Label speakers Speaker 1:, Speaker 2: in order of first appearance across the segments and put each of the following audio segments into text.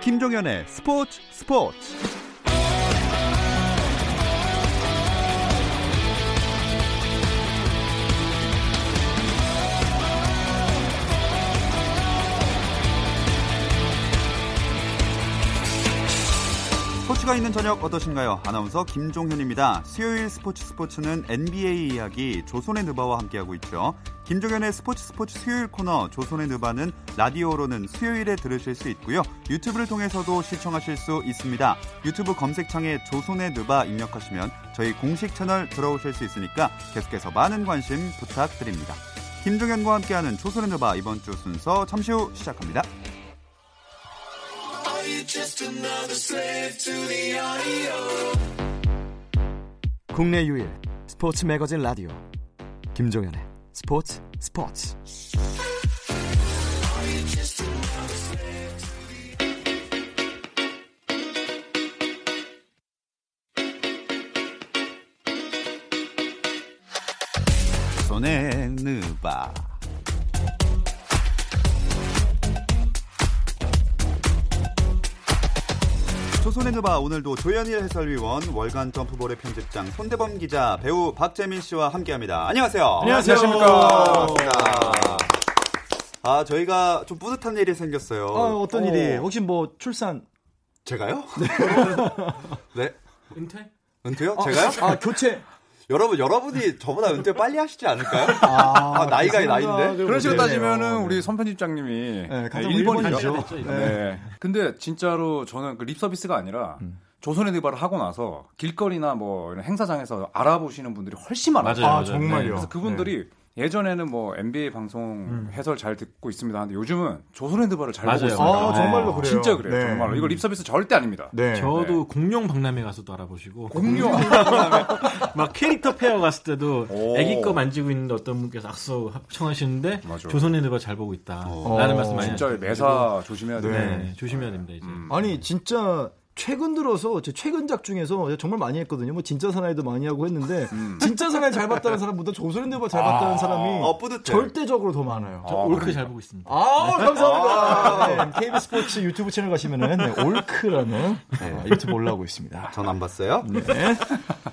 Speaker 1: 김종현의 스포츠 스포츠 스포츠가 있는 저녁 어떠신가요? 아나운서 김종현입니다. 수요일 스포츠 스포츠는 NBA 이야기 조선의 느바와 함께하고 있죠. 김종현의 스포츠 스포츠 수요일 코너 조선의 느바는 라디오로는 수요일에 들으실 수 있고요. 유튜브를 통해서도 시청하실 수 있습니다. 유튜브 검색창에 조선의 느바 입력하시면 저희 공식 채널 들어오실 수 있으니까 계속해서 많은 관심 부탁드립니다. 김종현과 함께하는 조선의 느바 이번 주 순서 잠시 후 시작합니다.
Speaker 2: 국내 유일 스포츠 매거진 라디오 김종현의 스포츠 스포츠
Speaker 1: 조선의 느바 조선의 누바 오늘도 조현일 해설위원 월간 점프볼의 편집장 손대범 기자 배우 박재민 씨와 함께합니다. 안녕하세요.
Speaker 3: 안녕하십니까.
Speaker 1: 아 저희가 좀 뿌듯한 일이 생겼어요.
Speaker 3: 아, 어떤 일이? 혹시 뭐 출산?
Speaker 1: 제가요? 네.
Speaker 4: 은퇴?
Speaker 1: 은퇴요? 제가요?
Speaker 3: 아, 교체.
Speaker 1: 여러분 여러분이 저보다 은퇴 빨리 하시지 않을까요? 아, 나이가 나이인데.
Speaker 3: 그런 식으로
Speaker 4: 그런 식으로
Speaker 3: 네.
Speaker 4: 따지면은
Speaker 3: 따지면은
Speaker 4: 우리 선 편집장님이
Speaker 3: 네, 아, 가장
Speaker 4: 일본이죠.
Speaker 3: 일본이죠.
Speaker 4: 네. 근데 진짜로 저는 그 립서비스가 아니라 조선의 드바를 하고 나서 길거리나 뭐 이런 행사장에서 알아보시는 분들이 훨씬 많아요.
Speaker 3: 아, 정말요.
Speaker 4: 네, 그래서 그분들이 예전에는 뭐 NBA 방송 해설 잘 듣고 있습니다. 근데 요즘은 조선의 드바를 잘 보고
Speaker 5: 맞아요.
Speaker 4: 있습니다.
Speaker 3: 아, 정말로 그래요.
Speaker 4: 네. 진짜 그래요.
Speaker 3: 네.
Speaker 4: 정말로. 이거 립서비스 절대 아닙니다.
Speaker 3: 네.
Speaker 5: 저도 공룡 박람회 가서도 알아보시고
Speaker 4: 공룡.
Speaker 5: 막 캐릭터 페어 갔을 때도
Speaker 4: 오.
Speaker 5: 애기 거 만지고 있는데 어떤 분께서 악수 합청하시는데
Speaker 4: 맞아.
Speaker 5: 조선의 누가 잘 보고 있다라는 말씀 많이
Speaker 4: 진짜
Speaker 5: 하시고.
Speaker 4: 매사 조심해야 돼요.
Speaker 5: 네, 조심해야 됩니다 이제
Speaker 4: 음.
Speaker 3: 아니, 진짜 최근 들어서 제 최근작 중에서 정말 많이 했거든요. 뭐 진짜 사나이도 많이 하고 했는데
Speaker 4: 음.
Speaker 3: 진짜 사나이 잘 봤다는 사람보다 조선인들보다 잘
Speaker 4: 아,
Speaker 3: 봤다는 사람이
Speaker 1: 어, 뿌듯해.
Speaker 3: 절대적으로 더 많아요.
Speaker 5: 저 올크
Speaker 4: 그러니까.
Speaker 5: 잘 보고 있습니다
Speaker 3: 아, 감사합니다. 네, KB 스포츠 유튜브 채널 가시면은 네, 올크라는 어, 유튜브 올라오고 있습니다.
Speaker 1: 전 안 봤어요.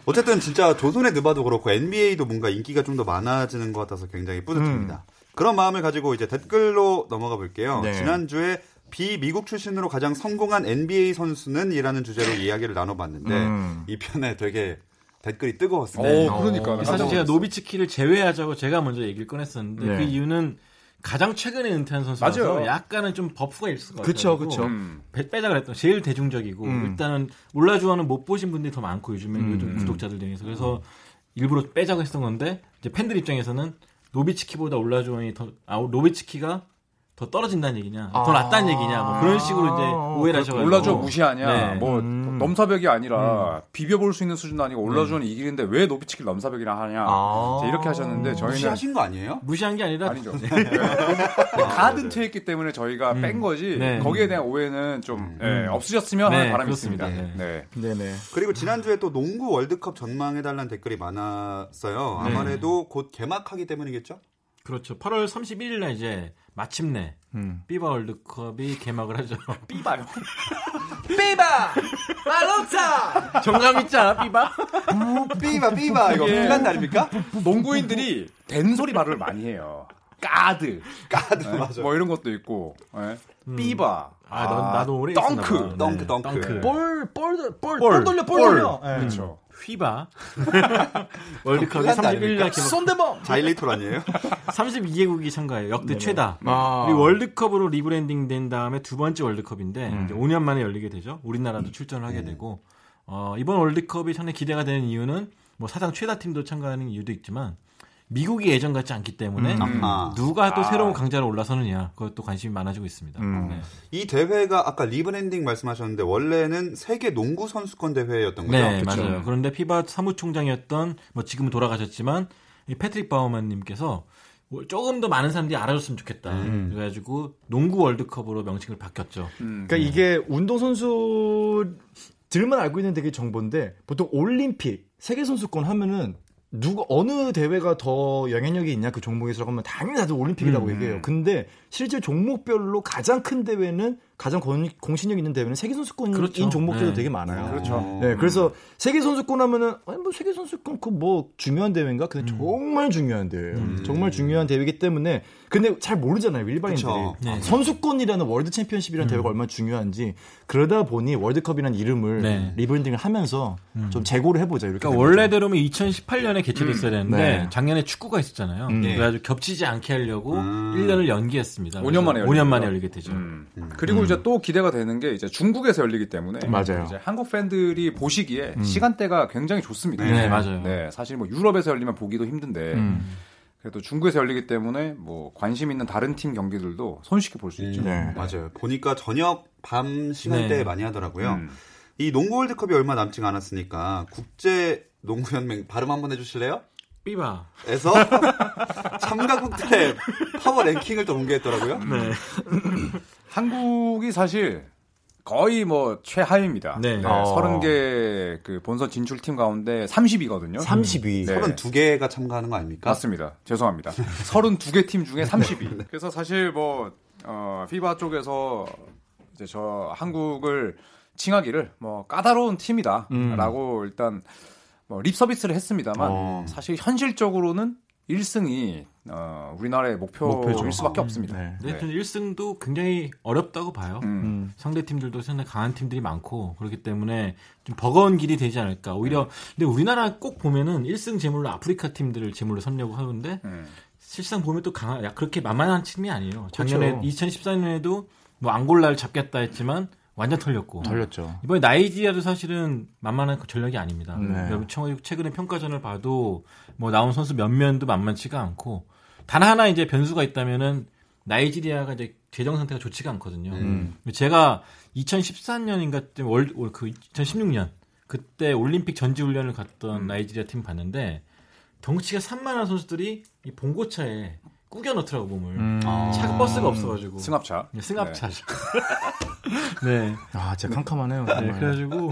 Speaker 1: 어쨌든 진짜 조선의 느바도 그렇고 NBA도 뭔가 인기가 좀 더 많아지는 것 같아서 굉장히 뿌듯합니다. 그런 마음을 가지고 이제 댓글로 넘어가 볼게요.
Speaker 3: 네.
Speaker 1: 지난주에 비미국 출신으로 가장 성공한 NBA 선수는 이라는 주제로 이야기를 나눠봤는데 이 편에 되게 댓글이
Speaker 4: 오,
Speaker 1: 뜨거웠습니다.
Speaker 4: 그러니까.
Speaker 5: 네. 사실 제가 노비츠키를 제외하자고 제가 먼저 얘기를 꺼냈었는데
Speaker 3: 네.
Speaker 5: 그 이유는 가장 최근에 은퇴한 선수라서
Speaker 4: 맞아요.
Speaker 5: 약간은 좀 버프가 있을 것 같아요
Speaker 3: 그쵸, 그쵸.
Speaker 4: 음.
Speaker 5: 빼- 빼자 그랬던 제일 대중적이고 일단은 올라주어는 못 보신 분들이 더 많고 요즘에
Speaker 4: 음,
Speaker 5: 요즘 구독자들 중에서 그래서 일부러 빼자고 했던 건데 이제 팬들 입장에서는 노비츠키보다 올라주어이 더아 노비츠키가 더 떨어진다는 얘기냐 더 낫다는 얘기냐 뭐 그런 식으로 이제 오해를 하셔가지고
Speaker 4: 아. 올라줘 무시하냐
Speaker 5: 네.
Speaker 4: 뭐
Speaker 3: 음. 어,
Speaker 4: 넘사벽이
Speaker 5: 음.
Speaker 4: 아니라 비벼볼 수 있는 수준도 아니고 올라줘는 이기는데 왜 노비치키 넘사벽이라 하냐
Speaker 3: 아.
Speaker 4: 자, 이렇게 하셨는데 저희는
Speaker 1: 무시하신 거 아니에요?
Speaker 5: 무시한 게 아니라
Speaker 4: 아니죠 네. 가든 퇴했기 때문에 저희가 뺀 거지
Speaker 5: 네. 음.
Speaker 4: 거기에 대한 오해는 좀 예, 없으셨으면 하는
Speaker 5: 네,
Speaker 4: 바람이
Speaker 5: 그렇습니다.
Speaker 4: 있습니다 네.
Speaker 3: 네네.
Speaker 1: 그리고 지난주에 또 농구 월드컵 전망해달라는 댓글이 많았어요. 아무래도 곧 개막하기 때문이겠죠?
Speaker 5: 그렇죠 8월 31일 날 이제 마침내
Speaker 4: 음.
Speaker 5: 피바 월드컵이 개막을 하죠
Speaker 4: 삐봐요
Speaker 5: 정감 있지 않아 피바
Speaker 1: 삐바 삐바 이거
Speaker 4: 예.
Speaker 1: 핀란드 아닙니까?
Speaker 4: 농구인들이 된소리 말을 많이 해요 까드
Speaker 1: 까드 맞아.
Speaker 4: 뭐 이런 것도 있고 예. 삐바
Speaker 5: 아, 넌 나도 오래
Speaker 4: 덩크.
Speaker 5: 있었나 봐.
Speaker 1: 덩크,
Speaker 5: 네,
Speaker 1: 덩크.
Speaker 3: 볼, 볼, 볼, 볼,
Speaker 5: 볼.
Speaker 3: 돌려, 볼,
Speaker 4: 볼.
Speaker 3: 돌려. 예.
Speaker 4: 그렇죠
Speaker 5: 휘바 월드컵이
Speaker 1: 폴란드
Speaker 5: 31일 날
Speaker 1: 그 아닙니까?
Speaker 5: 개막
Speaker 3: 손대범.
Speaker 1: 자일리톨 아니에요?
Speaker 5: 32개국이 참가해요. 역대 최다.
Speaker 3: 아.
Speaker 5: 그리고 월드컵으로 리브랜딩 된 다음에 두 번째 월드컵인데 이제 5년 만에 열리게 되죠. 우리나라도 출전을 하게 되고 어, 이번 월드컵이 상당히 기대가 되는 이유는 뭐 사상 최다 팀도 참가하는 이유도 있지만 미국이 예전 같지 않기 때문에
Speaker 1: 아하.
Speaker 5: 누가 또 새로운 강자로 올라서느냐 그것도 관심이 많아지고 있습니다.
Speaker 4: 음.
Speaker 5: 네.
Speaker 1: 이 대회가 아까 리브랜딩 말씀하셨는데 원래는 세계 농구 선수권 대회였던 거죠?
Speaker 5: 네, 맞아요. 그런데 피바 사무총장이었던 뭐 지금은 돌아가셨지만 이 패트릭 바우먼님께서 뭐 조금 더 많은 사람들이 알아줬으면 좋겠다. 그래가지고 농구 월드컵으로 명칭을 바뀌었죠.
Speaker 4: 음.
Speaker 3: 그러니까 이게 운동 선수들만 알고 있는 되게 정보인데 보통 올림픽 세계 선수권 하면은 누가 어느 대회가 더 영향력이 있냐 그 종목에서 하면 당연히 다들 올림픽이라고 얘기해요. 근데 실제 종목별로 가장 큰 대회는 가장 권- 공신력 있는 대회는 세계 선수권인
Speaker 5: 그렇죠.
Speaker 3: 종목들도
Speaker 5: 네.
Speaker 3: 되게 많아요.
Speaker 4: 그렇죠.
Speaker 3: 네, 그래서 세계 선수권 하면은 아니 뭐 세계 선수권 그 뭐 중요한 대회인가? 근데 정말 중요한 대회예요. 정말 중요한 대회이기 때문에 근데 잘 모르잖아요 일반인들이
Speaker 1: 그쵸.
Speaker 5: 네. 음.
Speaker 3: 선수권이라는 월드 챔피언십이라는 대회가 얼마나 중요한지 그러다 보니 월드컵이라는 이름을
Speaker 5: 네. 음.
Speaker 3: 리브랜딩을 하면서 좀 재고를 해보자 이렇게.
Speaker 5: 그러니까 원래대로면 2018년에 개최됐어야 되는데
Speaker 3: 네.
Speaker 5: 작년에 축구가 있었잖아요.
Speaker 3: 음.
Speaker 5: 그래가지고 겹치지 않게 하려고 1년을 연기했습니다.
Speaker 4: 5년 만에
Speaker 5: 음. 5년
Speaker 4: 열리는
Speaker 5: 만에
Speaker 4: 거예요.
Speaker 5: 열리게 되죠.
Speaker 4: 음. 그리고 이제 또 기대가 되는 게 이제 중국에서 열리기 때문에
Speaker 3: 맞아요.
Speaker 4: 이제 한국 팬들이 보시기에 시간대가 굉장히 좋습니다.
Speaker 5: 네, 맞아요.
Speaker 4: 네, 사실 뭐 유럽에서 열리면 보기도 힘든데
Speaker 3: 음.
Speaker 5: 음.
Speaker 3: 네.
Speaker 4: 그래도 중국에서 열리기 때문에 뭐 관심 있는 다른 팀 경기들도 손쉽게 볼 수 있죠.
Speaker 3: 네.
Speaker 1: 맞아요. 보니까 저녁 밤 시간대에
Speaker 5: 네.
Speaker 1: 많이 하더라고요.
Speaker 4: 음.
Speaker 1: 이 농구 월드컵이 얼마 남지 않았으니까 국제 농구 연맹 발음 한번 해주실래요?
Speaker 5: 삐바.
Speaker 1: 에서 참가국들의 파워 랭킹을 또 공개했더라고요.
Speaker 4: 네. 한국이 사실 거의 뭐 최하위입니다.
Speaker 5: 네.
Speaker 4: 네.
Speaker 3: 어.
Speaker 4: 30개 그 본선 진출팀 가운데 30이거든요.
Speaker 3: 32.
Speaker 4: 네.
Speaker 1: 32개가 참가하는 거 아닙니까?
Speaker 4: 맞습니다. 죄송합니다. 32개 팀 중에 32. 그래서 사실 뭐 어, 피바 쪽에서 이제 저 한국을 칭하기를 뭐 까다로운 팀이다라고 일단 뭐립 서비스를 했습니다만
Speaker 1: 어.
Speaker 4: 사실 현실적으로는 1승이 어, 우리나라의 목표일 수밖에 없습니다.
Speaker 3: 네.
Speaker 5: 근데
Speaker 4: 네.
Speaker 5: 하여튼 1승도 굉장히 어렵다고 봐요.
Speaker 4: 음.
Speaker 3: 음.
Speaker 5: 상대 팀들도 상당히 강한 팀들이 많고 그렇기 때문에 좀 버거운 길이 되지 않을까.
Speaker 3: 네.
Speaker 5: 오히려 근데 우리나라 꼭 보면은 1승 제물로 아프리카 팀들을 제물로 삼려고 하는데
Speaker 4: 음.
Speaker 5: 실상 보면 또 강한 야, 그렇게 만만한 팀이 아니에요. 작년에
Speaker 3: 그렇죠.
Speaker 5: 2014년에도 뭐 앙골라를 잡겠다 했지만 완전 털렸고
Speaker 3: 덜렸죠.
Speaker 5: 이번에 나이지리아도 사실은 만만한 그 전력이 아닙니다.
Speaker 3: 네.
Speaker 5: 여러분 청- 최근에 평가전을 봐도 뭐 나온 선수 몇 면도 만만치가 않고 단 하나 이제 변수가 있다면은 나이지리아가 이제 재정 상태가 좋지가 않거든요. 음. 제가 2013년인가 때 월 그 2016년 그때 올림픽 전지 훈련을 갔던 나이지리아 팀 봤는데 덩치가 산만한 선수들이 이 봉고차에 꾸겨 넣더라고 몸을 차 버스가 없어가지고
Speaker 4: 음. 승합차.
Speaker 5: 승합차죠. 네.
Speaker 3: 아, 진짜 캄캄하네요.
Speaker 5: 네,
Speaker 3: 정말.
Speaker 5: 그래가지고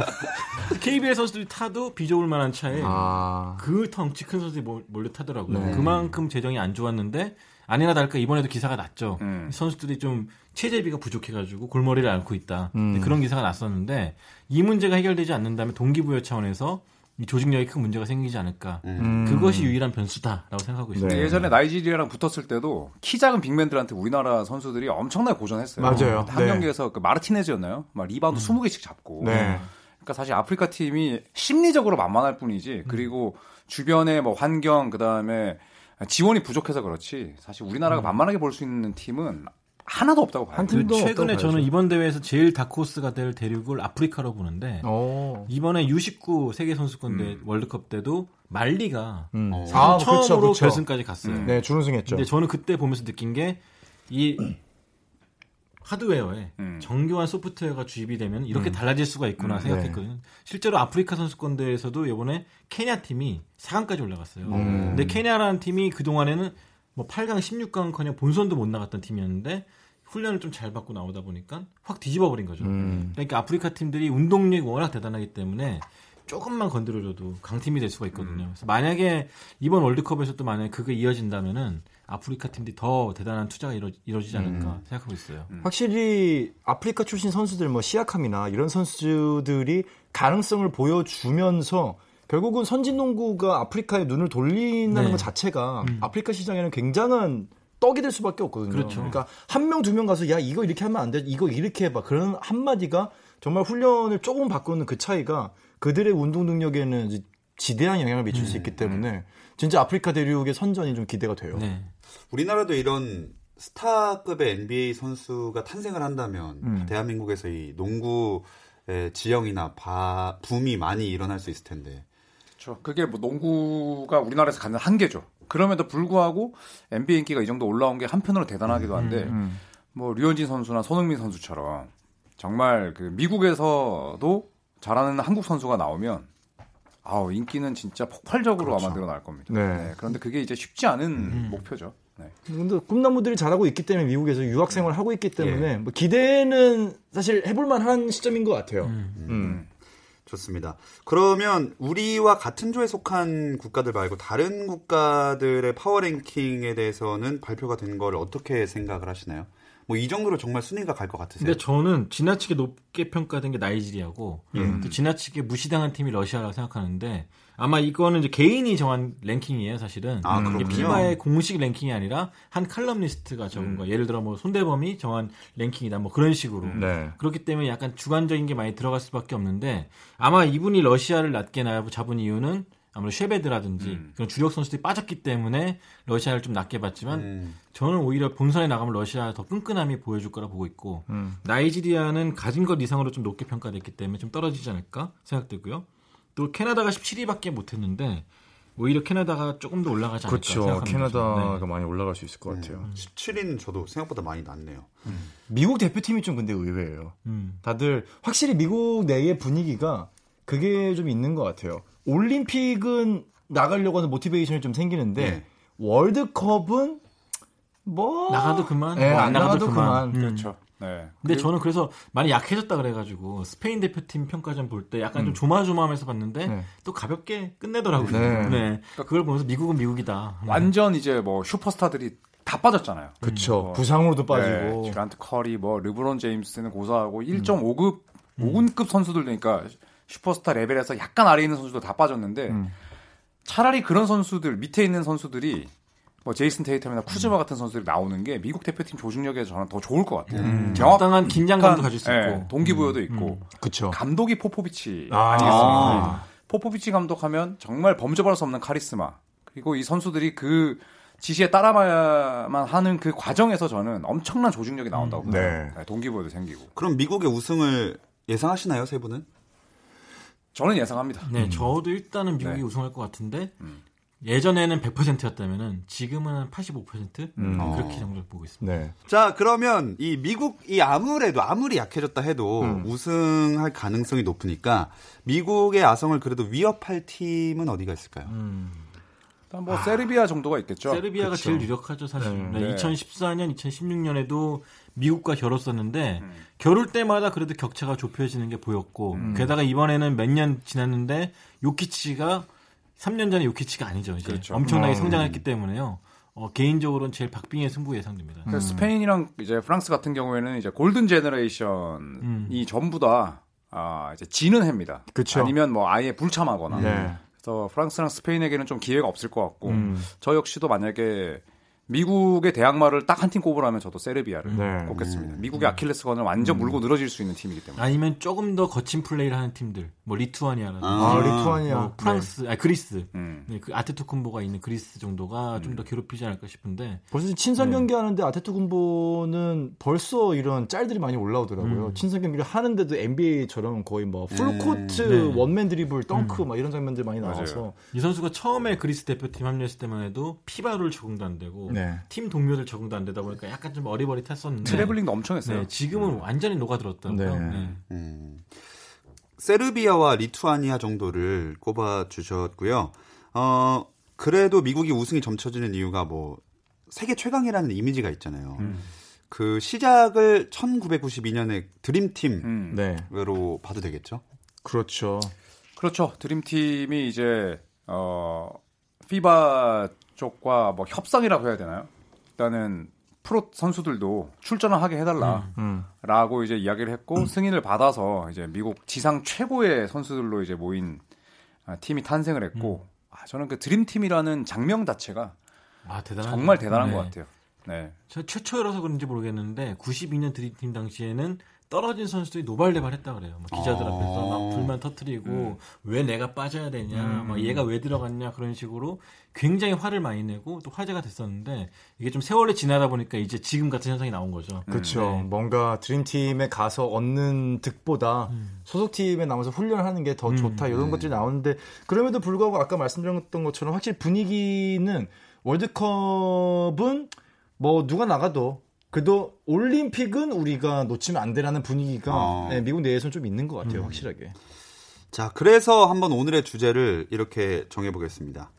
Speaker 5: KBL 선수들이 타도 비좁을 만한 차에
Speaker 3: 아,
Speaker 5: 그 덩치 큰 선수들이 몰- 몰려 타더라고요.
Speaker 3: 네.
Speaker 5: 그만큼 재정이 안 좋았는데 아니나 다를까 이번에도 기사가 났죠.
Speaker 4: 음.
Speaker 5: 선수들이 좀 체제비가 부족해가지고 골머리를 앓고 있다.
Speaker 3: 음.
Speaker 5: 네, 그런 기사가 났었는데 이 문제가 해결되지 않는다면 동기부여 차원에서 이 조직력에 큰 문제가 생기지 않을까.
Speaker 3: 음.
Speaker 5: 그것이 유일한 변수다라고 생각하고 있습니다.
Speaker 4: 근데
Speaker 3: 네.
Speaker 4: 예전에 나이지리아랑 붙었을 때도 키 작은 빅맨들한테 우리나라 선수들이 엄청나게 고전했어요.
Speaker 3: 맞아요.
Speaker 4: 한
Speaker 3: 네. 음.
Speaker 4: 경기에서 그 마르티네즈였나요? 막 리바운드 20개씩 잡고.
Speaker 3: 네.
Speaker 5: 음.
Speaker 4: 그러니까 사실 아프리카 팀이 심리적으로 만만할
Speaker 3: 음.
Speaker 4: 뿐이지 그리고 주변의 뭐 환경 그다음에 지원이 부족해서 그렇지 사실 우리나라가
Speaker 3: 음.
Speaker 4: 만만하게 볼 수 있는 팀은 하나도 없다고 봐요.
Speaker 3: 한 팀-
Speaker 5: 그리고
Speaker 3: 팀도
Speaker 5: 최근에
Speaker 3: 없다고
Speaker 5: 저는
Speaker 3: 봐야죠.
Speaker 5: 이번 대회에서 제일 다크호스가 될 대륙을 아프리카로 보는데
Speaker 3: 어.
Speaker 5: 이번에 U19 세계 선수권 대회 월드컵 때도 말리가
Speaker 3: 음.
Speaker 5: 사상 처음으로
Speaker 3: 그쵸, 그쵸.
Speaker 5: 결승까지 갔어요.
Speaker 4: 음.
Speaker 3: 네, 준우승했죠.
Speaker 5: 근데 저는 그때 보면서 느낀 게 이 하드웨어에
Speaker 4: 음.
Speaker 5: 정교한 소프트웨어가 주입이 되면 이렇게 달라질 수가 있구나
Speaker 3: 네.
Speaker 4: 음,
Speaker 5: 생각했거든요. 실제로 아프리카 선수권 대회에서도 이번에 케냐 팀이 4강까지 올라갔어요.
Speaker 3: 음.
Speaker 5: 근데 케냐라는 팀이 그 동안에는 뭐 8강, 16강커녕 본선도 못 나갔던 팀이었는데 훈련을 좀 잘 받고 나오다 보니까 확 뒤집어 버린 거죠.
Speaker 3: 음.
Speaker 5: 그러니까 아프리카 팀들이 운동력이 워낙 대단하기 때문에 조금만 건드려줘도 강팀이 될 수가
Speaker 3: 음.
Speaker 5: 있거든요. 그래서 만약에 이번 월드컵에서도 만약에 그게 이어진다면은 아프리카 팀들이 더 대단한 투자가 이루, 어지지 않을까
Speaker 3: 음.
Speaker 5: 생각하고 있어요.
Speaker 3: 확실히 아프리카 출신 선수들 뭐 시약함이나 이런 선수들이 가능성을 보여주면서 결국은 선진농구가 아프리카에 눈을 돌린다는
Speaker 5: 네.
Speaker 3: 것 자체가 아프리카 시장에는 굉장한 떡이 될 수밖에 없거든요.
Speaker 5: 그렇죠.
Speaker 3: 러니까 한 명 두 명 가서 야 이거 이렇게 하면 안 돼, 이거 이렇게 해봐. 그런 한 마디가 정말 훈련을 조금 바꾸는 그 차이가 그들의 운동 능력에는 이제 지대한 영향을 미칠
Speaker 5: 음.
Speaker 3: 수 있기 때문에 진짜 아프리카 대륙의 선전이 좀 기대가 돼요.
Speaker 5: 네.
Speaker 1: 우리나라도 이런 스타급의 NBA 선수가 탄생을 한다면 대한민국에서 이 농구의 지형이나 바, 붐이 많이 일어날 수 있을 텐데.
Speaker 4: 그렇죠. 그게 뭐 농구가 우리나라에서 갖는 한계죠. 그럼에도 불구하고 NBA 인기가 이 정도 올라온 게 한편으로 대단하기도 한데 뭐 류현진 선수나 손흥민 선수처럼 정말 그 미국에서도 잘하는 한국 선수가 나오면 아우 인기는 진짜 폭발적으로 아마 늘어날 겁니다.
Speaker 3: 네. 음.
Speaker 4: 그런데 그게 이제 쉽지 않은 목표죠. 네.
Speaker 3: 근데 꿈나무들이 잘하고 있기 때문에 미국에서 유학 생활을 하고 있기 때문에 뭐 기대는 사실 해볼 만한 시점인 것 같아요. 음.
Speaker 1: 좋습니다. 그러면 우리와 같은 조에 속한 국가들 말고 다른 국가들의 파워랭킹에 대해서는 발표가 된 걸 어떻게 생각을 하시나요? 뭐 이 정도로 정말 순위가 갈 것 같으세요?
Speaker 5: 근데 네, 저는 지나치게 높게 평가된 게 나이지리아고
Speaker 1: 예.
Speaker 5: 또 지나치게 무시당한 팀이 러시아라고 생각하는데 아마 이거는 이제 개인이 정한 랭킹이에요 사실은
Speaker 1: 아,
Speaker 5: 이게
Speaker 1: 그렇군요.
Speaker 5: 피바의 공식 랭킹이 아니라 한 칼럼니스트가 적은 거 예를 들어 뭐 손대범이 정한 랭킹이다 뭐 그런 식으로
Speaker 6: 네.
Speaker 5: 그렇기 때문에 약간 주관적인 게 많이 들어갈 수밖에 없는데 아마 이분이 러시아를 낮게 나- 잡은 이유는 아무래도 쉐베드라든지 그런 주력 선수들이 빠졌기 때문에 러시아를 좀 낮게 봤지만
Speaker 1: 음.
Speaker 5: 저는 오히려 본선에 나가면 러시아 더 끈끈함이 보여줄 거라 보고 있고 나이지리아는 가진 것 이상으로 좀 높게 평가됐기 때문에 좀 떨어지지 않을까 생각되고요. 또 캐나다가 17위밖에 못했는데 오히려 캐나다가 조금 더 올라가지 않을까
Speaker 6: 그렇죠.
Speaker 3: 그러니까
Speaker 5: 생각합니다.
Speaker 6: 캐나다가
Speaker 5: 네.
Speaker 6: 많이 올라갈 수 있을 것 같아요.
Speaker 1: 17위는 저도 생각보다 많이 낮네요.
Speaker 3: 음. 미국 대표팀이 좀 근데 의외예요.
Speaker 5: 음.
Speaker 3: 다들 확실히 미국 내의 분위기가 그게 좀 있는 것 같아요. 올림픽은 나가려고 하는 모티베이션이 좀 생기는데
Speaker 1: 네.
Speaker 3: 월드컵은 뭐
Speaker 5: 나가도 그만,
Speaker 3: 예,
Speaker 5: 뭐
Speaker 3: 안 나가도 그만.
Speaker 5: 음.
Speaker 4: 그렇죠. 네.
Speaker 5: 근데 저는 그래서 많이 약해졌다 그래가지고 스페인 대표팀 평가전 볼 때 약간 좀 조마조마하면서 봤는데
Speaker 3: 네.
Speaker 5: 또 가볍게 끝내더라고요.
Speaker 3: 네.
Speaker 5: 네. 그걸 보면서 미국은 미국이다. 네.
Speaker 4: 완전 이제 뭐 슈퍼스타들이 다 빠졌잖아요.
Speaker 3: 그쵸. 예.
Speaker 4: 음.
Speaker 3: 부상으로도
Speaker 4: 네,
Speaker 3: 빠지고
Speaker 4: 듀란트 커리 뭐 르브론 제임스는 고사하고 1.5급
Speaker 5: 음.
Speaker 4: 5군급 선수들 되니까 슈퍼스타 레벨에서 약간 아래 있는 선수도 다 빠졌는데
Speaker 5: 음.
Speaker 4: 차라리 그런 선수들 밑에 있는 선수들이 뭐 제이슨 테이텀이나
Speaker 5: 음.
Speaker 4: 쿠즈마 같은 선수들이 나오는 게 미국 대표팀 조직력에 저는 더 좋을 것 같아요.
Speaker 5: 적당한 긴장감도 음. 가질 수
Speaker 4: 예,
Speaker 5: 있고. 음.
Speaker 4: 동기부여도 있고
Speaker 3: 그쵸.
Speaker 4: 감독이 포포비치
Speaker 3: 아.
Speaker 4: 아니겠습니까? 포포비치 감독하면 정말 범접할 수 없는 카리스마 그리고 이 선수들이 그 지시에 따라만 하는 그 과정에서 저는 엄청난 조직력이 나온다고
Speaker 3: 음,
Speaker 4: 봐요.
Speaker 6: 네.
Speaker 4: 네, 동기부여도 생기고
Speaker 1: 그럼 미국의 우승을 예상하시나요, 세 분은?
Speaker 4: 저는 예상합니다.
Speaker 5: 네, 저도 일단은 미국이
Speaker 4: 네.
Speaker 5: 우승할 것 같은데 예전에는 100%였다면은 지금은 85% 그렇게
Speaker 1: 어.
Speaker 5: 정도를 보고 있습니다.
Speaker 3: 네.
Speaker 1: 자, 그러면 이 미국이 아무래도 아무리 약해졌다 해도 우승할 가능성이 높으니까 미국의 아성을 그래도 위협할 팀은 어디가 있을까요?
Speaker 4: 일단 뭐 세르비아 정도가 있겠죠. 그렇죠.
Speaker 5: 세르비아가 제일 유력하죠 사실. 네,
Speaker 4: 네.
Speaker 5: 2014년, 2016년에도 미국과 겨뤘었는데
Speaker 4: 음.
Speaker 5: 겨룰 때마다 그래도 격차가 좁혀지는 게 보였고
Speaker 4: 음.
Speaker 5: 게다가 이번에는 몇 년 지났는데 요키치가 3년 전에 요키치가 아니죠 이제
Speaker 4: 그렇죠.
Speaker 5: 엄청나게 성장했기 때문에요. 어, 개인적으로는 제일 박빙의 승부 예상됩니다.
Speaker 3: 음.
Speaker 4: 그러니까 스페인이랑 이제 프랑스 같은 경우에는 이제 골든 제너레이션이
Speaker 5: 음.
Speaker 4: 전부 다 아, 이제 지는 해입니다.
Speaker 3: 그쵸.
Speaker 4: 아니면 뭐 아예 불참하거나.
Speaker 3: 네. 음.
Speaker 4: 그래서 프랑스랑 스페인에게는 좀 기회가 없을 것 같고 저 역시도 만약에 미국의 대항마를 딱 한 팀 꼽으라면 저도 세르비아를
Speaker 3: 네.
Speaker 4: 꼽겠습니다. 미국의 아킬레스건을 완전 물고 늘어질 수 있는 팀이기 때문에.
Speaker 5: 아니면 조금 더 거친 플레이를 하는 팀들, 뭐 리투아니아라든지
Speaker 3: 아, 리투아니아. 네.
Speaker 5: 뭐 프랑스, 아 그리스,
Speaker 4: 음.
Speaker 5: 네, 그 아테토쿤보가 있는 그리스 정도가 좀 더 괴롭히지 않을까 싶은데
Speaker 3: 벌써 친선 경기 하는데 아테토 군보는 벌써 이런 짤들이 많이 올라오더라고요. 친선 경기를 하는데도 NBA처럼 거의 뭐 풀코트
Speaker 5: 네.
Speaker 3: 원맨 드리블 덩크 막 이런 장면들 많이 나와서
Speaker 5: 이 선수가 처음에 그리스 대표팀 합류했을 때만 해도 피바롤 적응도 안 되고
Speaker 3: 네.
Speaker 5: 팀 동료들 적응도 안 되다 보니까 약간 좀 어리버리했었는데
Speaker 4: 트래블링도 엄청 했어요. 음.
Speaker 5: 네, 지금은 완전히 녹아들었더라고요.
Speaker 3: 네.
Speaker 5: 네.
Speaker 1: 음. 세르비아와 리투아니아 정도를 꼽아 주셨고요. 어, 그래도 미국이 우승이 점쳐지는 이유가 뭐 세계 최강이라는 이미지가 있잖아요. 그 시작을 1992년에 드림팀으로
Speaker 4: 음.
Speaker 3: 네.
Speaker 1: 봐도 되겠죠?
Speaker 3: 그렇죠.
Speaker 4: 그렇죠. 드림팀이 이제 어 피바 쪽과 뭐 협상이라고 해야 되나요? 일단은 프로 선수들도 출전을 하게
Speaker 3: 음.
Speaker 4: 해달라라고 이제 이야기를 했고 승인을 받아서 이제 미국 지상 최고의 선수들로 이제 모인 아, 팀이 탄생을 했고 아, 저는 그 드림팀이라는 장명 자체가
Speaker 5: 아 대단한
Speaker 4: 정말 대단한 것 같아요. 네,
Speaker 5: 저 최초라서 그런지 모르겠는데 92년 드림팀 당시에는 떨어진 선수들이 노발대발했다 그래요. 뭐 기자들
Speaker 1: 아.
Speaker 5: 앞에서 막 불만 터트리고
Speaker 4: 음.
Speaker 5: 왜 내가 빠져야 되냐, 막 얘가 왜 들어갔냐 그런 식으로 굉장히 화를 많이 내고 또 화제가 됐었는데 이게 좀 세월이 지나다 보니까 이제 지금 같은 현상이 나온 거죠.
Speaker 3: 그렇죠.
Speaker 5: 네.
Speaker 3: 뭔가 드림팀에 가서 얻는 득보다 소속팀에 남아서 훈련하는 게 더 좋다 이런 것들이 나오는데 그럼에도 불구하고 아까 말씀드렸던 것처럼 확실히 분위기는 월드컵은 뭐 누가 나가도 그래도 올림픽은 우리가 놓치면 안 되라는 분위기가
Speaker 1: 어.
Speaker 3: 네, 미국 내에서는 좀 있는 것 같아요, 확실하게.
Speaker 1: 자, 그래서 한번 오늘의 주제를 이렇게 정해보겠습니다.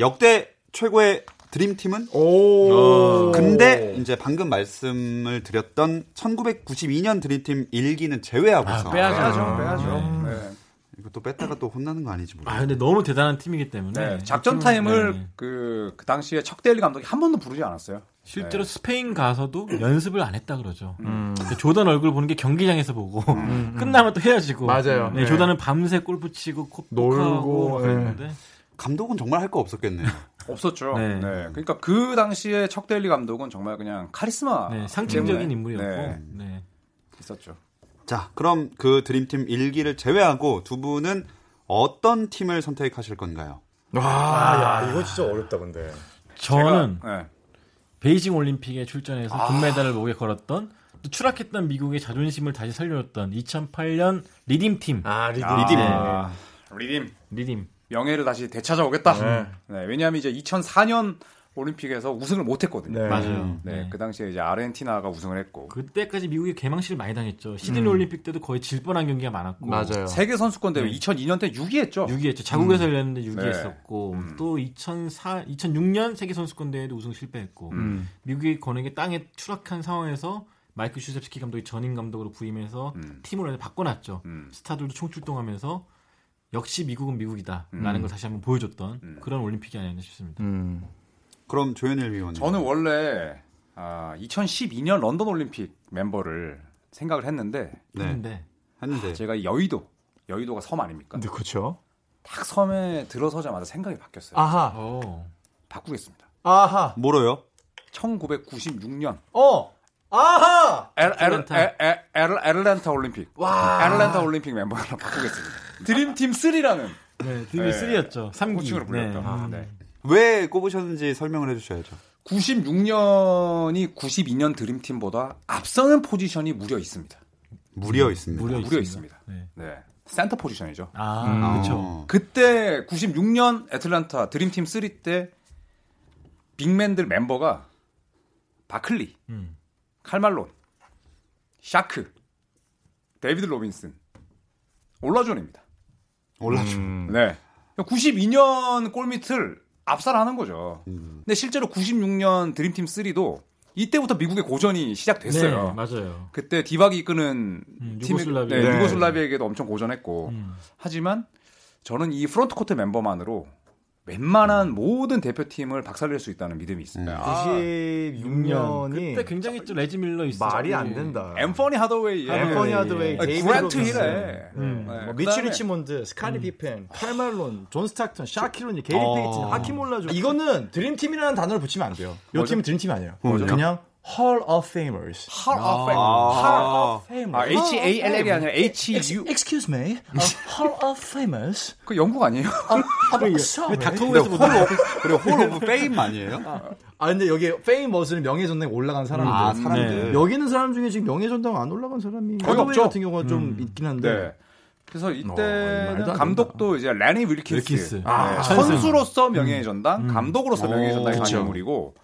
Speaker 1: 역대 최고의 드림팀은?
Speaker 3: 오.
Speaker 1: 아. 근데 이제 방금 말씀을 드렸던 1992년 드림팀 일기는 제외하고서
Speaker 4: 빼야죠, 빼야죠. 네.
Speaker 1: 이거 또 뺐다가 또 혼나는 거 아닌지
Speaker 5: 아
Speaker 1: 모르겠어요.
Speaker 5: 근데 너무 대단한 팀이기 때문에
Speaker 4: 네, 작전
Speaker 5: 그 팀은-
Speaker 4: 타임을
Speaker 5: 네.
Speaker 4: 그, 그 당시에 척데일리 감독이 한 번도 부르지 않았어요.
Speaker 5: 실제로 스페인 가서도 연습을 안 했다 그러죠. 그러니까 조던 얼굴 보는 게 경기장에서 보고 끝나면 또 헤어지고.
Speaker 3: 맞아요.
Speaker 5: 네,
Speaker 3: 네.
Speaker 5: 조던은 밤새 골프 치고 코
Speaker 3: 놀고,
Speaker 5: 폭하고 그랬는데
Speaker 1: 감독은 정말 할 거 없었겠네요.
Speaker 4: 없었죠.
Speaker 5: 네.
Speaker 4: 네. 그러니까 그 당시에 척데일리 감독은 정말 그냥 카리스마
Speaker 5: 네, 상징적인
Speaker 4: 아, 때문에,
Speaker 5: 인물이었고.
Speaker 4: 네,
Speaker 5: 네.
Speaker 4: 있었죠.
Speaker 1: 자, 그럼 그 드림팀 일기를 제외하고 두 분은 어떤 팀을 선택하실 건가요?
Speaker 6: 와, 아, 야, 이거 진짜 어렵다, 근데.
Speaker 5: 저는
Speaker 4: 제가, 네.
Speaker 5: 베이징 올림픽에 출전해서 금메달을 목에 걸었던 또 추락했던 미국의 자존심을 다시 살려줬던 2008년 리딤팀.
Speaker 6: 아, 리듬.
Speaker 1: 리딤.
Speaker 4: 아, 리딤
Speaker 5: 리딤.
Speaker 4: 명예를 다시 되찾아오겠다. 네. 왜냐하면 이제 2004년 올림픽에서 우승을 못했거든요.
Speaker 6: 네.
Speaker 5: 맞아요.
Speaker 4: 네,
Speaker 5: 네.
Speaker 4: 그 당시에 이제 아르헨티나가 우승을 했고
Speaker 5: 그때까지 미국이 개망신을 많이 당했죠. 시드니 올림픽 때도 거의 질 뻔한 경기가 많았고.
Speaker 3: 맞아요.
Speaker 4: 세계 선수권 대회 2002년 때 6위했죠.
Speaker 5: 6위했죠. 자국에서 열렸는데 6위했었고
Speaker 4: 음.
Speaker 5: 또 2004, 2006년 세계 선수권 대회도 우승 실패했고 미국이 권에게 땅에 추락한 상황에서 마이클 슈셉스키 감독이 전임 감독으로 부임해서
Speaker 4: 음.
Speaker 5: 팀을 완전히 바꿔놨죠.
Speaker 4: 음.
Speaker 5: 스타들도 총출동하면서 역시 미국은 미국이다라는 걸 다시 한번 보여줬던 그런 올림픽이 아니었나 싶습니다.
Speaker 3: 음.
Speaker 1: 그럼 조현일 위원님.
Speaker 4: 저는 원래 아, 2012년 런던 올림픽 멤버를 생각을 했는데
Speaker 1: 네,
Speaker 5: 근데
Speaker 1: 했는데
Speaker 4: 아, 제가 여의도 여의도가 섬 아닙니까?
Speaker 3: 네, 그렇죠.
Speaker 4: 딱 섬에 들어서자마자 생각이 바뀌었어요.
Speaker 3: 아하.
Speaker 5: 어,
Speaker 4: 바꾸겠습니다.
Speaker 3: 아하.
Speaker 1: 뭐로요?
Speaker 4: 1996년
Speaker 3: 어. 아하.
Speaker 4: 엘, 엘,
Speaker 5: 애틀랜타.
Speaker 4: 엘, 엘, 엘, 애틀랜타 올림픽. 애틀랜타 올림픽 멤버로 바꾸겠습니다. 아. 드림팀 3라는
Speaker 5: 네, 드림이
Speaker 4: 네.
Speaker 5: 3였죠. 3기.
Speaker 4: 호칭으로 불렸던. 네.
Speaker 1: 왜 꼽으셨는지 설명을 해주셔야죠.
Speaker 4: 96년이 92년 드림팀보다 앞서는 포지션이 무려 있습니다.
Speaker 1: 무려 있습니다.
Speaker 5: 무려
Speaker 4: 무려
Speaker 5: 있습니다.
Speaker 4: 있습니다.
Speaker 5: 네.
Speaker 4: 네. 센터 포지션이죠.
Speaker 5: 아,
Speaker 1: 아,
Speaker 5: 그렇죠.
Speaker 4: 그때 96년 애틀란타 드림팀 3 때 빅맨들 멤버가 바클리,
Speaker 5: 음.
Speaker 4: 칼말론, 샤크, 데이비드 로빈슨, 올라존입니다.
Speaker 1: 올라주.
Speaker 4: 네. 92년 골밑을 압살하는 거죠. 근데 실제로 96년 드림팀 3도 이때부터 미국의 고전이 시작됐어요.
Speaker 5: 네, 맞아요.
Speaker 4: 그때 디박이 이끄는
Speaker 5: 음,
Speaker 4: 팀
Speaker 5: 유고슬라비아.
Speaker 4: 네,
Speaker 5: 네.
Speaker 4: 유고슬라비아에게도 엄청 고전했고
Speaker 5: 음.
Speaker 4: 하지만 저는 이 프론트 코트 멤버만으로 웬만한 모든 대표팀을 박살낼 수 있다는 믿음이
Speaker 1: 네.
Speaker 4: 있습니다. 아,
Speaker 3: 96년이
Speaker 5: 그때 굉장했죠. 레지 밀러 있었죠.
Speaker 6: 말이 안 된다.
Speaker 3: 네.
Speaker 4: 앰퍼니 하더웨이,
Speaker 3: 앰퍼니 하드웨이,
Speaker 4: 아,
Speaker 3: 데이비드
Speaker 4: 그랜트
Speaker 3: 로빈슨.
Speaker 4: 힐에
Speaker 5: 음.
Speaker 4: 네,
Speaker 3: 뭐
Speaker 4: 그다음에 음.
Speaker 3: 미치 리치몬드, 스카리 피펜, 칼말론, 존 스타크턴, 샤키로니, 게리
Speaker 5: 어.
Speaker 3: 페이튼, 하킴 올라조. 이거는 드림팀이라는 단어를 붙이면 안 돼요. 이 팀은 드림팀이 아니에요.
Speaker 1: 뭐죠?
Speaker 3: 그냥 Hall of Famers.
Speaker 4: 어, Hall
Speaker 1: 아.
Speaker 4: of Fame, Hall of Fame, 아, H A L L이 아니라 H U.
Speaker 3: Excuse me, Hall of Famers.
Speaker 4: 그 영국 아니에요?
Speaker 1: 아.
Speaker 5: 닥터우에서 보던
Speaker 1: 그리고 홀 오브 페임 아니에요?
Speaker 3: 아 근데 여기 Famous는 명예전당에 올라간 사람들.
Speaker 1: 아, 사람들.
Speaker 3: 네. 여기 있는 사람 중에 지금 명예전당 안 올라간 사람이
Speaker 4: 거의
Speaker 3: 하드웨이
Speaker 4: 없죠.
Speaker 3: 같은 경우가 좀 있긴 한데.
Speaker 4: 네. 그래서
Speaker 3: 어, 말도
Speaker 4: 이때는
Speaker 3: 안
Speaker 4: 감독도 이제 레니 윌킨스,
Speaker 5: 윌킨스.
Speaker 4: 네,
Speaker 5: 아,
Speaker 4: 선수로서 명예의 전당, 감독으로서
Speaker 1: 오,
Speaker 4: 명예의 전당의
Speaker 1: 그쵸.
Speaker 4: 인물이고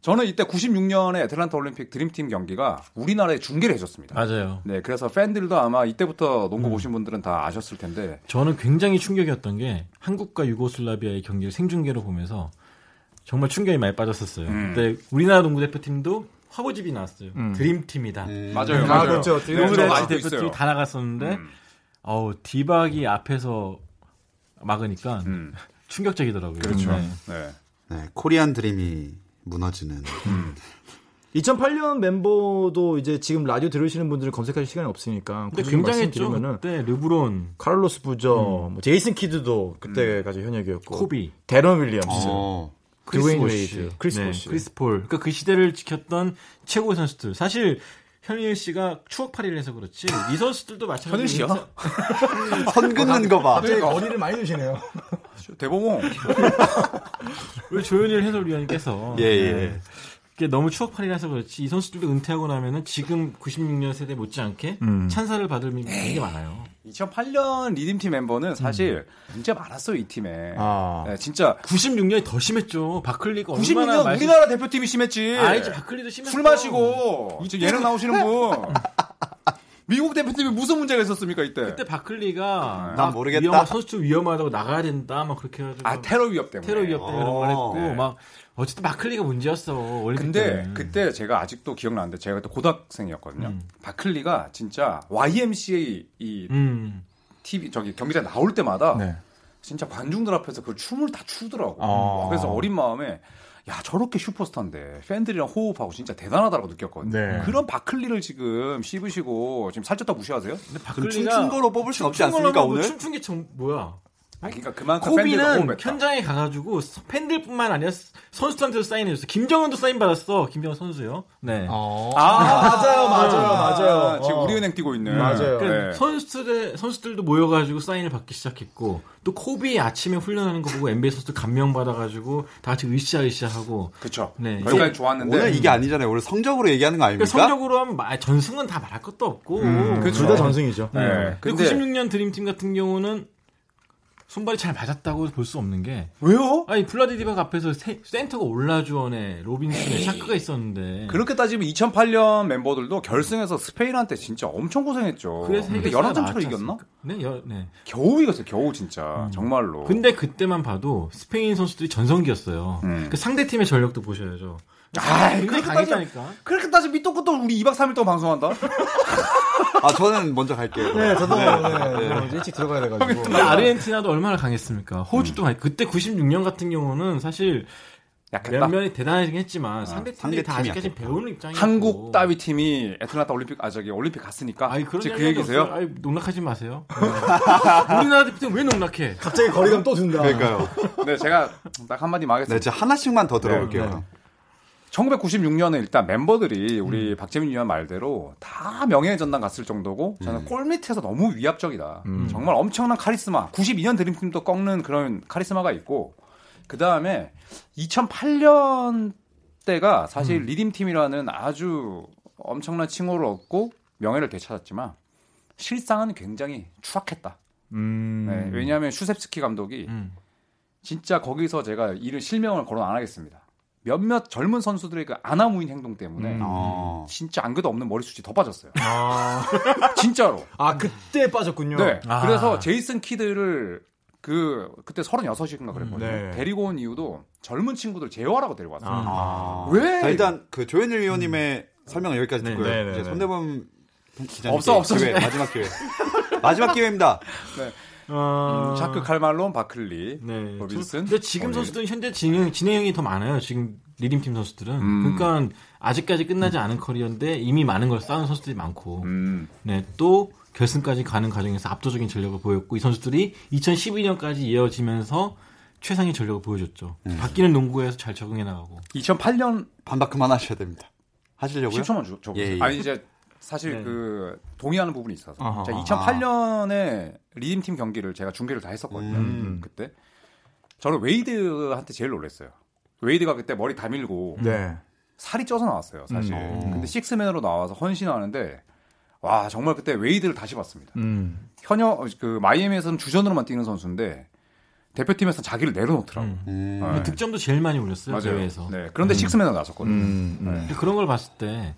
Speaker 4: 저는 이때 96년에 애틀란타 올림픽 드림팀 경기가 우리나라에 중계를 해줬습니다.
Speaker 5: 맞아요.
Speaker 4: 네, 그래서 팬들도 아마 이때부터 농구 보신 분들은 다 아셨을 텐데
Speaker 5: 저는 굉장히 충격이었던 게 한국과 유고슬라비아의 경기를 생중계로 보면서 정말 충격이 많이 빠졌었어요.
Speaker 4: 음.
Speaker 5: 근데 우리나라 농구 대표팀도 화보집이 나왔어요. 드림팀이다.
Speaker 1: 음.
Speaker 4: 맞아요,
Speaker 3: 아,
Speaker 4: 맞아요.
Speaker 3: 그렇죠.
Speaker 4: 네,
Speaker 5: 농구
Speaker 4: 저도
Speaker 5: 대표-
Speaker 4: 알고 있어요.
Speaker 5: 대표팀이 다 나갔었는데
Speaker 4: 음.
Speaker 5: 어우 디박이 앞에서 막으니까
Speaker 4: 음,
Speaker 5: 충격적이더라고요.
Speaker 4: 그렇죠.
Speaker 5: 네.
Speaker 4: 네.
Speaker 1: 네, 코리안 드림이 무너지는.
Speaker 3: 2008년 멤버도 이제 지금 라디오 들으시는 분들은 검색할 시간이 없으니까.
Speaker 5: 근데
Speaker 3: 굳이
Speaker 5: 굉장했죠.
Speaker 3: 말씀드리면은
Speaker 5: 그때 르브론,
Speaker 3: 카를로스 부저, 뭐 제이슨 키드도 그때까지 현역이었고.
Speaker 5: 코비,
Speaker 3: 데런 윌리엄스,
Speaker 1: 어.
Speaker 3: 뭐 드웨인
Speaker 5: 보쉬,
Speaker 3: 웨이드, 크리스
Speaker 5: 네,
Speaker 3: 보쉬.
Speaker 5: 크리스 폴. 그러니까 그 시대를 지켰던 최고의 선수들. 사실 현일 씨가 추억팔이를 해서 그렇지 이 선수들도 마찬가지로
Speaker 4: 현일 씨요?
Speaker 5: 인사-
Speaker 1: 선 긋는 거 봐.
Speaker 3: 갑자기 머리를 많이 드시네요.
Speaker 4: 대보봉.
Speaker 5: 우리 조현일 해설위원님께서
Speaker 1: 예, 예.
Speaker 5: 네. 그게 너무 추억팔이라서 그렇지 이 선수들도 은퇴하고 나면은 지금 96년 세대 못지않게
Speaker 1: 음.
Speaker 5: 찬사를 받을 분이 되게 많아요.
Speaker 4: 2008년 리듬팀 멤버는 사실 문제 많았어요 이 팀에.
Speaker 3: 아.
Speaker 4: 네, 진짜
Speaker 5: 96년이 더 심했죠. 바클리가 얼마나 네.
Speaker 4: 96년
Speaker 5: 말씀-
Speaker 4: 우리나라 대표팀이 심했지.
Speaker 5: 아니지 바클리도 심했어.
Speaker 4: 술 마시고 지금 예능 나오시는 분 미국 대표팀이 무슨 문제가 있었습니까 이때?
Speaker 5: 그때 바클리가
Speaker 1: 아, 난
Speaker 5: 막
Speaker 1: 모르겠다.
Speaker 5: 위험하- 선수 위험하다고 나가야 된다 막 그렇게 해가지고
Speaker 4: 아 테러 위협 때문에.
Speaker 5: 테러 위협 때문에
Speaker 1: 어.
Speaker 5: 그런 말 했고
Speaker 4: 네.
Speaker 5: 막 어쨌든 바클리가 문제였어. 원래
Speaker 4: 근데 그때 제가 아직도 기억나는데 제가 그때 고등학생이었거든요. 바클리가 진짜 YMCA 이
Speaker 5: 음.
Speaker 4: TV 저기 경기장 나올 때마다
Speaker 3: 네.
Speaker 4: 진짜 관중들 앞에서 그 춤을 다 추더라고.
Speaker 3: 아.
Speaker 4: 그래서 어린 마음에 야 저렇게 슈퍼스타인데 팬들이랑 호흡하고 진짜 대단하다고 느꼈거든요.
Speaker 6: 네.
Speaker 4: 그런 바클리를 지금 씹으시고 지금 살쪘다 무시하세요?
Speaker 1: 그럼 춤춘 거로 뽑을 수 없지
Speaker 5: 춤춘 걸로
Speaker 1: 않습니까
Speaker 5: 하면 뭐
Speaker 1: 오늘?
Speaker 5: 춤춘 게 전- 뭐야?
Speaker 4: 아, 그러니까 그만큼 팬들과
Speaker 5: 코비는
Speaker 4: 호흡했다.
Speaker 5: 현장에 가가지고 서- 팬들뿐만 아니라 스- 선수들한테도 사인해줬어. 김정은도 사인 받았어. 김정은 선수요. 네.
Speaker 4: 아,
Speaker 3: 맞아요, 맞아요, 맞아요.
Speaker 4: 지금
Speaker 3: 어.
Speaker 4: 우리은행 뛰고 있는.
Speaker 3: 맞아요.
Speaker 5: 그러니까
Speaker 4: 네.
Speaker 5: 선수들 선수들도 모여가지고 사인을 받기 시작했고 또 코비 아침에 훈련하는 거 보고 NBA 선수들 감명 받아가지고 다 같이 으쌰으쌰하고
Speaker 4: 그쵸.
Speaker 5: 네.
Speaker 4: 거기까지 좋아하는데.
Speaker 1: 오늘 이게 아니잖아요. 오늘 성적으로 얘기하는 거 아닙니까?
Speaker 5: 그러니까 성적으로 하면 마- 전승은 다 말할 것도 없고
Speaker 4: 음, 그쵸.
Speaker 3: 둘 다 전승이죠.
Speaker 4: 네. 근데
Speaker 5: 96년 드림팀 같은 경우는 손발이 잘 맞았다고 볼 수 없는 게
Speaker 4: 왜요?
Speaker 5: 아니 블라디디박 앞에서 세- 센터가 올라주원에 로빈슨에 샤크가 있었는데
Speaker 4: 그렇게 따지면 2008년 멤버들도 결승에서 스페인한테 진짜 엄청 고생했죠.
Speaker 5: 그래서
Speaker 4: 근데
Speaker 5: 해결사가
Speaker 4: 11점차로
Speaker 5: 나왔지
Speaker 4: 이겼나?
Speaker 5: 않습니까? 네, 여- 네.
Speaker 4: 겨우 이겼어요, 겨우 진짜. 정말로.
Speaker 5: 근데 그때만 봐도 스페인 선수들이 전성기였어요.
Speaker 4: 음.
Speaker 5: 그 상대 팀의 전력도 보셔야죠.
Speaker 4: 아이,
Speaker 5: 굉장히
Speaker 4: 그러니까 그렇게 따지면- 음.
Speaker 5: 강했다니까.
Speaker 4: 그렇게 따지면 밑도 끝도 우리 2박 3일 동안 방송한다?
Speaker 1: 아 저는 먼저 갈게요.
Speaker 3: 네, 저도
Speaker 1: 네.
Speaker 3: 네, 뭐 일찍 들어가야 돼가지고.
Speaker 5: 근데 아르헨티나도 얼마나 강했습니까? 호주도
Speaker 4: 음.
Speaker 5: 강했. 그때 96년 같은 경우는 사실
Speaker 4: 약했다. 아,
Speaker 5: 면면이 대단하긴 했지만 상대 팀들이 다
Speaker 1: 상대 팀이
Speaker 5: 아직까지 배우는 입장이고
Speaker 4: 한국 따위 팀이 애틀란타 올림픽, 아, 저기 올림픽 갔으니까.
Speaker 5: 아니 그런
Speaker 4: 지금
Speaker 5: 얘기
Speaker 4: 그 얘기세요?
Speaker 5: 아니 농락하지 마세요. 네. 우리나라 대표팀 왜 농락해?
Speaker 3: 갑자기 거리감 또 든다.
Speaker 1: 그러니까요.
Speaker 4: 네, 제가 딱 한마디
Speaker 1: 네,
Speaker 4: 말하겠습니다.
Speaker 1: 이제 하나씩만 더 들어볼게요.
Speaker 5: 네.
Speaker 4: 1996년에 일단 멤버들이 우리 박재민 위원 말대로 다 명예의 전당 갔을 정도고 저는 골밑에서 너무 위압적이다. 정말 엄청난 카리스마. 92년 드림팀도 꺾는 그런 카리스마가 있고 그 다음에 2008년 때가 사실 리딤팀이라는 아주 엄청난 칭호를 얻고 명예를 되찾았지만 실상은 굉장히 추악했다.
Speaker 6: 음.
Speaker 4: 네, 왜냐하면 슈셉스키 감독이
Speaker 5: 음.
Speaker 4: 진짜 거기서 제가 이를 실명을 거론 안 하겠습니다. 몇몇 젊은 선수들의 그 아나무인 행동
Speaker 5: 음.
Speaker 4: 때문에
Speaker 1: 어.
Speaker 4: 진짜 안그도 없는 머리숱이 더 빠졌어요. 진짜로.
Speaker 3: 아 그때 빠졌군요.
Speaker 4: 네.
Speaker 5: 아.
Speaker 4: 그래서 제이슨 키드를 그 그때 36인가 그랬거든요.
Speaker 6: 네.
Speaker 4: 데리고 온 이유도 젊은 친구들 제어하라고 데리고 왔어요.
Speaker 5: 음. 아.
Speaker 1: 아.
Speaker 4: 음. 왜?
Speaker 1: 자, 일단 그 조현일 의원님의 설명은 여기까지
Speaker 5: 네,
Speaker 1: 듣고요.
Speaker 6: 네, 네,
Speaker 1: 이제
Speaker 6: 네.
Speaker 1: 손대범 기자님
Speaker 4: 없어, 없어.
Speaker 1: 기회, 마지막 기회. 마지막 기회입니다.
Speaker 5: 어...
Speaker 4: 자크 음, 칼말론, 바클리,
Speaker 5: 네.
Speaker 4: 로빈슨. 뭐 예.
Speaker 5: 근데 지금 선수들은 현재 진행, 진행형이 더 많아요. 지금 리듬팀 선수들은.
Speaker 4: 음.
Speaker 5: 그러니까 아직까지 끝나지 않은 커리어인데 이미 많은 걸 쌓은 선수들이 많고.
Speaker 4: 음.
Speaker 5: 네. 또 결승까지 가는 과정에서 압도적인 전력을 보였고 이 선수들이 2012년까지 이어지면서 최상의 전력을 보여줬죠.
Speaker 4: 음.
Speaker 5: 바뀌는 농구에서 잘 적응해 나가고.
Speaker 4: 2008년
Speaker 1: 반박 그만하셔야 됩니다. 하시려고요?
Speaker 4: 10초만 줘. 줘
Speaker 1: 예, 예.
Speaker 4: 아니 이제 사실
Speaker 5: 네.
Speaker 4: 그 동의하는 부분이 있어서.
Speaker 3: 아하.
Speaker 4: 자, 2008년에 리듬팀 경기를 제가 중계를 다 했었거든요.
Speaker 1: 음.
Speaker 4: 그때 저는 웨이드한테 제일 놀랐어요. 웨이드가 그때 머리 다 밀고
Speaker 3: 네.
Speaker 4: 살이 쪄서 나왔어요, 사실.
Speaker 1: 음.
Speaker 4: 근데 식스맨으로 나와서 헌신하는데 와 정말 그때 웨이드를 다시 봤습니다.
Speaker 3: 음.
Speaker 4: 현역 그 마이애미에서는 주전으로만 뛰는 선수인데 대표팀에서 는 자기를 내려놓더라고. 요
Speaker 5: 음.
Speaker 1: 음.
Speaker 4: 네.
Speaker 5: 득점도 제일 많이 올렸어요.
Speaker 4: 맞아요.
Speaker 5: 대회에서.
Speaker 4: 네. 그런데 식스맨으로 나섰거든요.
Speaker 3: 음. 음.
Speaker 4: 네.
Speaker 5: 근데 그런 걸 봤을 때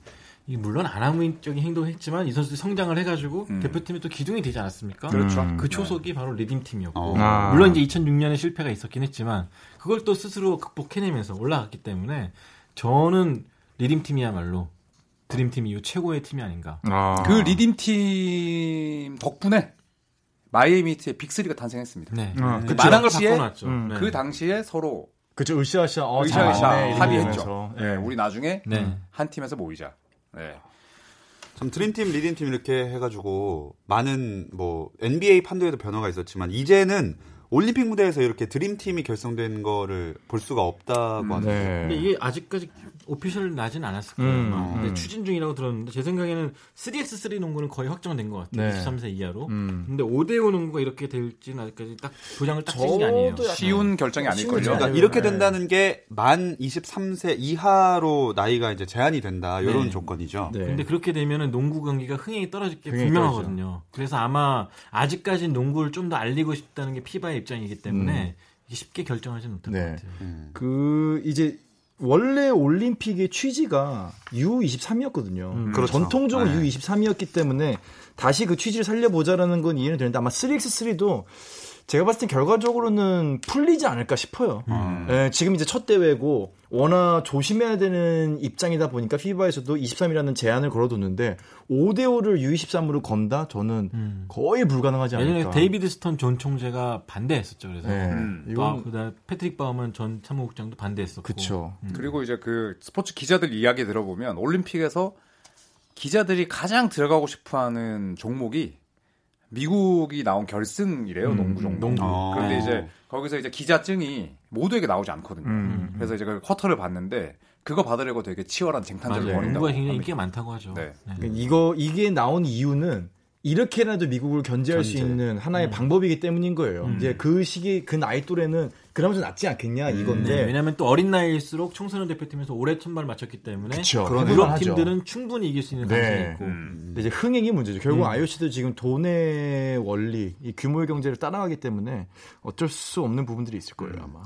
Speaker 5: 이게 물론 아나무인적인 행동을 했지만 이 선수들이 성장을 해가지고
Speaker 4: 음.
Speaker 5: 대표팀에 또 기둥이 되지 않았습니까?
Speaker 4: 그렇죠.
Speaker 6: 음.
Speaker 5: 그 초석이 바로 리딤팀이었고
Speaker 1: 어.
Speaker 6: 아.
Speaker 5: 물론 이제 2006년에 실패가 있었긴 했지만 그걸 또 스스로 극복해내면서 올라갔기 때문에 저는 리딤팀이야말로 드림팀 이후 최고의 팀이 아닌가
Speaker 6: 아.
Speaker 4: 그 리딤팀 덕분에 마이애미트의 빅3가 탄생했습니다.
Speaker 5: 네.
Speaker 3: 음.
Speaker 6: 아,
Speaker 5: 그
Speaker 4: 그쵸.
Speaker 5: 많은 걸
Speaker 4: 당시에,
Speaker 5: 바꿔놨죠
Speaker 6: 음,
Speaker 5: 네.
Speaker 4: 그 당시에 서로
Speaker 3: 그쵸 으쌰으쌰. 어,
Speaker 4: 의사의
Speaker 3: 잘 왔네,
Speaker 4: 샤
Speaker 3: 이런
Speaker 4: 합의했죠.
Speaker 3: 면에서.
Speaker 4: 예, 우리 나중에
Speaker 5: 네.
Speaker 4: 한 팀에서 모이자. 네.
Speaker 1: 참 드림팀, 리딩팀 이렇게 해가지고 많은 뭐 NBA 판도에도 변화가 있었지만 이제는 올림픽 무대에서 이렇게 드림팀이 결성된 거를 볼 수가 없다고
Speaker 3: 음,
Speaker 1: 하네요.
Speaker 6: 네.
Speaker 5: 근데 이게 아직까지 오피셜 나진 않았을 거예요.
Speaker 3: 예. 음,
Speaker 5: 아마.
Speaker 1: 음.
Speaker 5: 근데 추진 중이라고 들었는데 제 생각에는 3x3 농구는 거의 확정된 것 같아요.
Speaker 3: 네.
Speaker 5: 23세 이하로.
Speaker 3: 음.
Speaker 5: 근데 5대5 농구가 이렇게 될지는 아직까지 딱 도장을 딱 찍은 게 아니에요.
Speaker 3: 저도 약간-
Speaker 4: 쉬운 결정이
Speaker 3: 쉬운
Speaker 4: 아닐걸요.
Speaker 1: 그러니까
Speaker 3: 네.
Speaker 1: 이렇게
Speaker 3: 네.
Speaker 1: 된다는 게 만 23세 이하로 나이가 이제 제한이 된다 이런
Speaker 5: 네.
Speaker 1: 조건이죠.
Speaker 3: 네.
Speaker 5: 근데 그렇게 되면은 농구 경기가 흥행이 떨어질 게
Speaker 3: 흥행이
Speaker 5: 분명하거든요. 그래서 아마 아직까지 농구를 좀 더 알리고 싶다는 게 피바의 입장이기 때문에 이게 쉽게 결정하지는
Speaker 3: 음.
Speaker 5: 못할
Speaker 3: 네.
Speaker 5: 것 같아요.
Speaker 1: 음.
Speaker 3: 그 이제 원래 올림픽의 취지가 U23이었거든요.
Speaker 5: 음,
Speaker 1: 그렇죠.
Speaker 3: 전통적으로
Speaker 1: 네.
Speaker 3: U23이었기 때문에 다시 그 취지를 살려보자라는 건 이해는 되는데 아마 3x3도 제가 봤을 땐 결과적으로는 풀리지 않을까 싶어요. 예, 지금 이제 첫 대회고 워낙 조심해야 되는 입장이다 보니까 피바에서도 23이라는 제한을 걸어뒀는데 5대 5를 U23으로 건다 저는
Speaker 5: 음.
Speaker 3: 거의 불가능하지 않을까.
Speaker 5: 예전에 데이비드 스턴 존 총재가 반대했었죠. 그래서
Speaker 3: 네.
Speaker 4: 음.
Speaker 5: 아,
Speaker 3: 이건
Speaker 5: 그다음 패트릭 바우먼 전 참모국장도 반대했었고.
Speaker 3: 그쵸.
Speaker 4: 그리고 이제 그 스포츠 기자들 이야기 들어보면 올림픽에서 기자들이 가장 들어가고 싶어하는 종목이 미국이 나온 결승이래요
Speaker 5: 음.
Speaker 4: 농구 종목.
Speaker 1: 농구.
Speaker 4: 그런데
Speaker 1: 아.
Speaker 4: 이제 거기서 이제 기자증이 모두에게 나오지 않거든요.
Speaker 5: 음.
Speaker 4: 그래서 이제 그 쿼터를 봤는데 그거 받으려고 되게 치열한 쟁탈전을
Speaker 5: 맞아요.
Speaker 4: 벌인다고.
Speaker 5: 농구가 굉장히
Speaker 4: 합니다.
Speaker 5: 인기가 많다고 하죠.
Speaker 4: 네.
Speaker 3: 그러니까 이거 이게 나온 이유는 이렇게라도 미국을 견제할 수 있는
Speaker 4: 음.
Speaker 3: 하나의 방법이기 때문인 거예요. 이제 그 시기 그 나이 또래는 그나마 좀 낫지 않겠냐
Speaker 4: 음.
Speaker 5: 네,
Speaker 3: 이건데.
Speaker 5: 왜냐하면 또 어린 나이일수록 청소년 대표팀에서 오래 선발 맞췄기 때문에
Speaker 3: 그쵸. 그런
Speaker 5: 유럽
Speaker 3: 생각하죠.
Speaker 5: 팀들은 충분히 이길 수 있는
Speaker 3: 네.
Speaker 5: 가능성이 있고
Speaker 1: 음.
Speaker 3: 근데 이제 흥행이 문제죠. 결국
Speaker 4: 음.
Speaker 3: IOC도 지금 돈의 원리, 이 규모의 경제를 따라가기 때문에 어쩔 수 없는 부분들이 있을
Speaker 4: 음.
Speaker 3: 거예요 아마.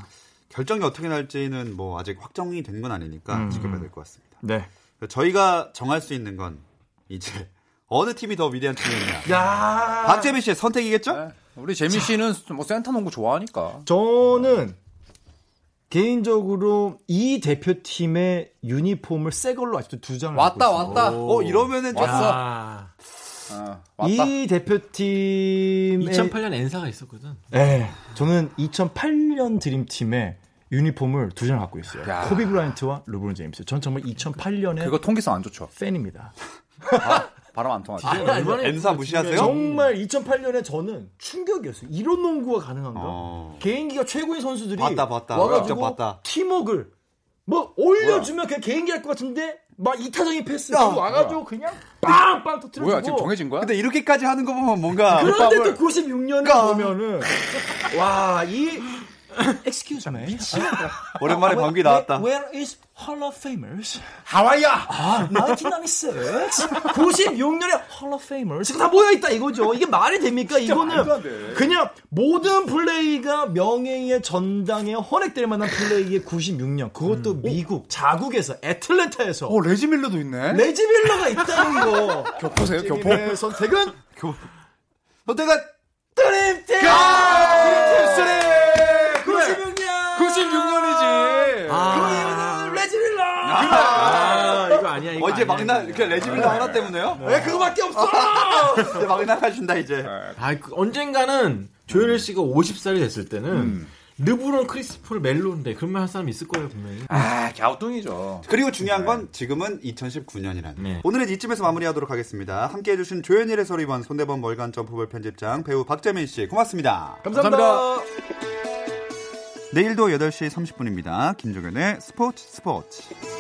Speaker 1: 결정이 어떻게 날지는 뭐 아직 확정이 된 건 아니니까
Speaker 3: 음.
Speaker 1: 지켜봐야 될 것 같습니다.
Speaker 3: 네.
Speaker 1: 저희가 정할 수 있는 건 이제 어느 팀이 더 위대한 팀이냐.
Speaker 3: 야.
Speaker 1: 박재민 씨의 선택이겠죠?
Speaker 4: 네. 우리 재민 씨는 뭐 센터 농구 좋아하니까.
Speaker 3: 저는 개인적으로 이 대표팀의 유니폼을 새 걸로 아직도 두 장을 갖고
Speaker 4: 왔다
Speaker 3: 있어요.
Speaker 4: 왔다.
Speaker 1: 어 이러면은 좀
Speaker 4: 왔어.
Speaker 5: 아,
Speaker 4: 어, 왔다.
Speaker 3: 이 대표팀의
Speaker 5: 2008년 엔사가 있었거든.
Speaker 3: 네, 저는 2008년 드림팀의 유니폼을 두 장 갖고 있어요.
Speaker 4: 야.
Speaker 3: 코비 브라이언트와 르브론 제임스. 전 정말 2008년의
Speaker 4: 그거 통기성 안 좋죠.
Speaker 3: 팬입니다.
Speaker 4: 바람 안 통하죠.
Speaker 5: 얼마나
Speaker 1: 아, N사 무시하세요?
Speaker 3: 정말 2008년에 저는 충격이었어요. 이런 농구가 가능한가?
Speaker 1: 어.
Speaker 3: 개인기가 최고인 선수들이
Speaker 1: 봤다, 봤다.
Speaker 3: 와가지고
Speaker 1: 직접 봤다.
Speaker 3: 팀워크를 뭐 올려주면 그냥 개인기 할 것 같은데 막 이타적인 패스 그거 와가지고 그냥 빵빵 터트려주고
Speaker 4: 뭐야 지금 정해진 거야?
Speaker 1: 어? 근데 이렇게까지 하는 거 보면 뭔가
Speaker 3: 그런데
Speaker 4: 밥을-
Speaker 3: 또 96년에 보면은 와 이 Excuse me.
Speaker 4: 아,
Speaker 1: 오랜만에 방귀 나왔다.
Speaker 3: Where is Hall of Famers?
Speaker 4: 하와이야.
Speaker 3: 아, 1996. 96년에 Hall of Famers. 다 모여 있다 이거죠. 이게 말이 됩니까?
Speaker 4: 말도 안
Speaker 3: 이거는
Speaker 4: 돼.
Speaker 3: 그냥 모든 플레이가 명예의 전당에 헌액될 만한 플레이의 96년. 그것도
Speaker 4: 음.
Speaker 3: 미국 자국에서 애틀랜타에서
Speaker 4: 어 레지 밀러도 있네.
Speaker 3: 레지 밀러가 있다는 거.
Speaker 4: 교포세요 교포.
Speaker 3: 네, 선택은
Speaker 1: 선택은
Speaker 3: 드림팀.
Speaker 4: 캡슐에!
Speaker 3: 96년.
Speaker 4: 96년이지.
Speaker 3: 그 이유는 레지 밀러.
Speaker 5: 아, 이거 아니야. 이거
Speaker 1: 어제
Speaker 5: 아니야,
Speaker 1: 막나
Speaker 5: 이거
Speaker 1: 이렇게 네. 레지빌라 하나 때문에요?
Speaker 3: 왜 그거밖에 없어?
Speaker 4: 아.
Speaker 1: 이제 막 나가신다 이제.
Speaker 5: 아, 그 언젠가는 조현일 씨가 50살이 됐을 때는
Speaker 1: 음.
Speaker 5: 르브론, 크리스폴, 멜로인데 그런 말 할 사람 있을 거예요 분명히.
Speaker 4: 아 갸우뚱이죠.
Speaker 1: 그리고 중요한 건 지금은 2019년이라는.
Speaker 5: 네.
Speaker 1: 오늘은 이쯤에서 마무리하도록 하겠습니다. 함께 해주신 조현일의 소리원 손대범 월간 점프볼 편집장 배우 박재민 씨 고맙습니다.
Speaker 4: 감사합니다.
Speaker 1: 내일도 8시 30분입니다. 김종현의 스포츠 스포츠.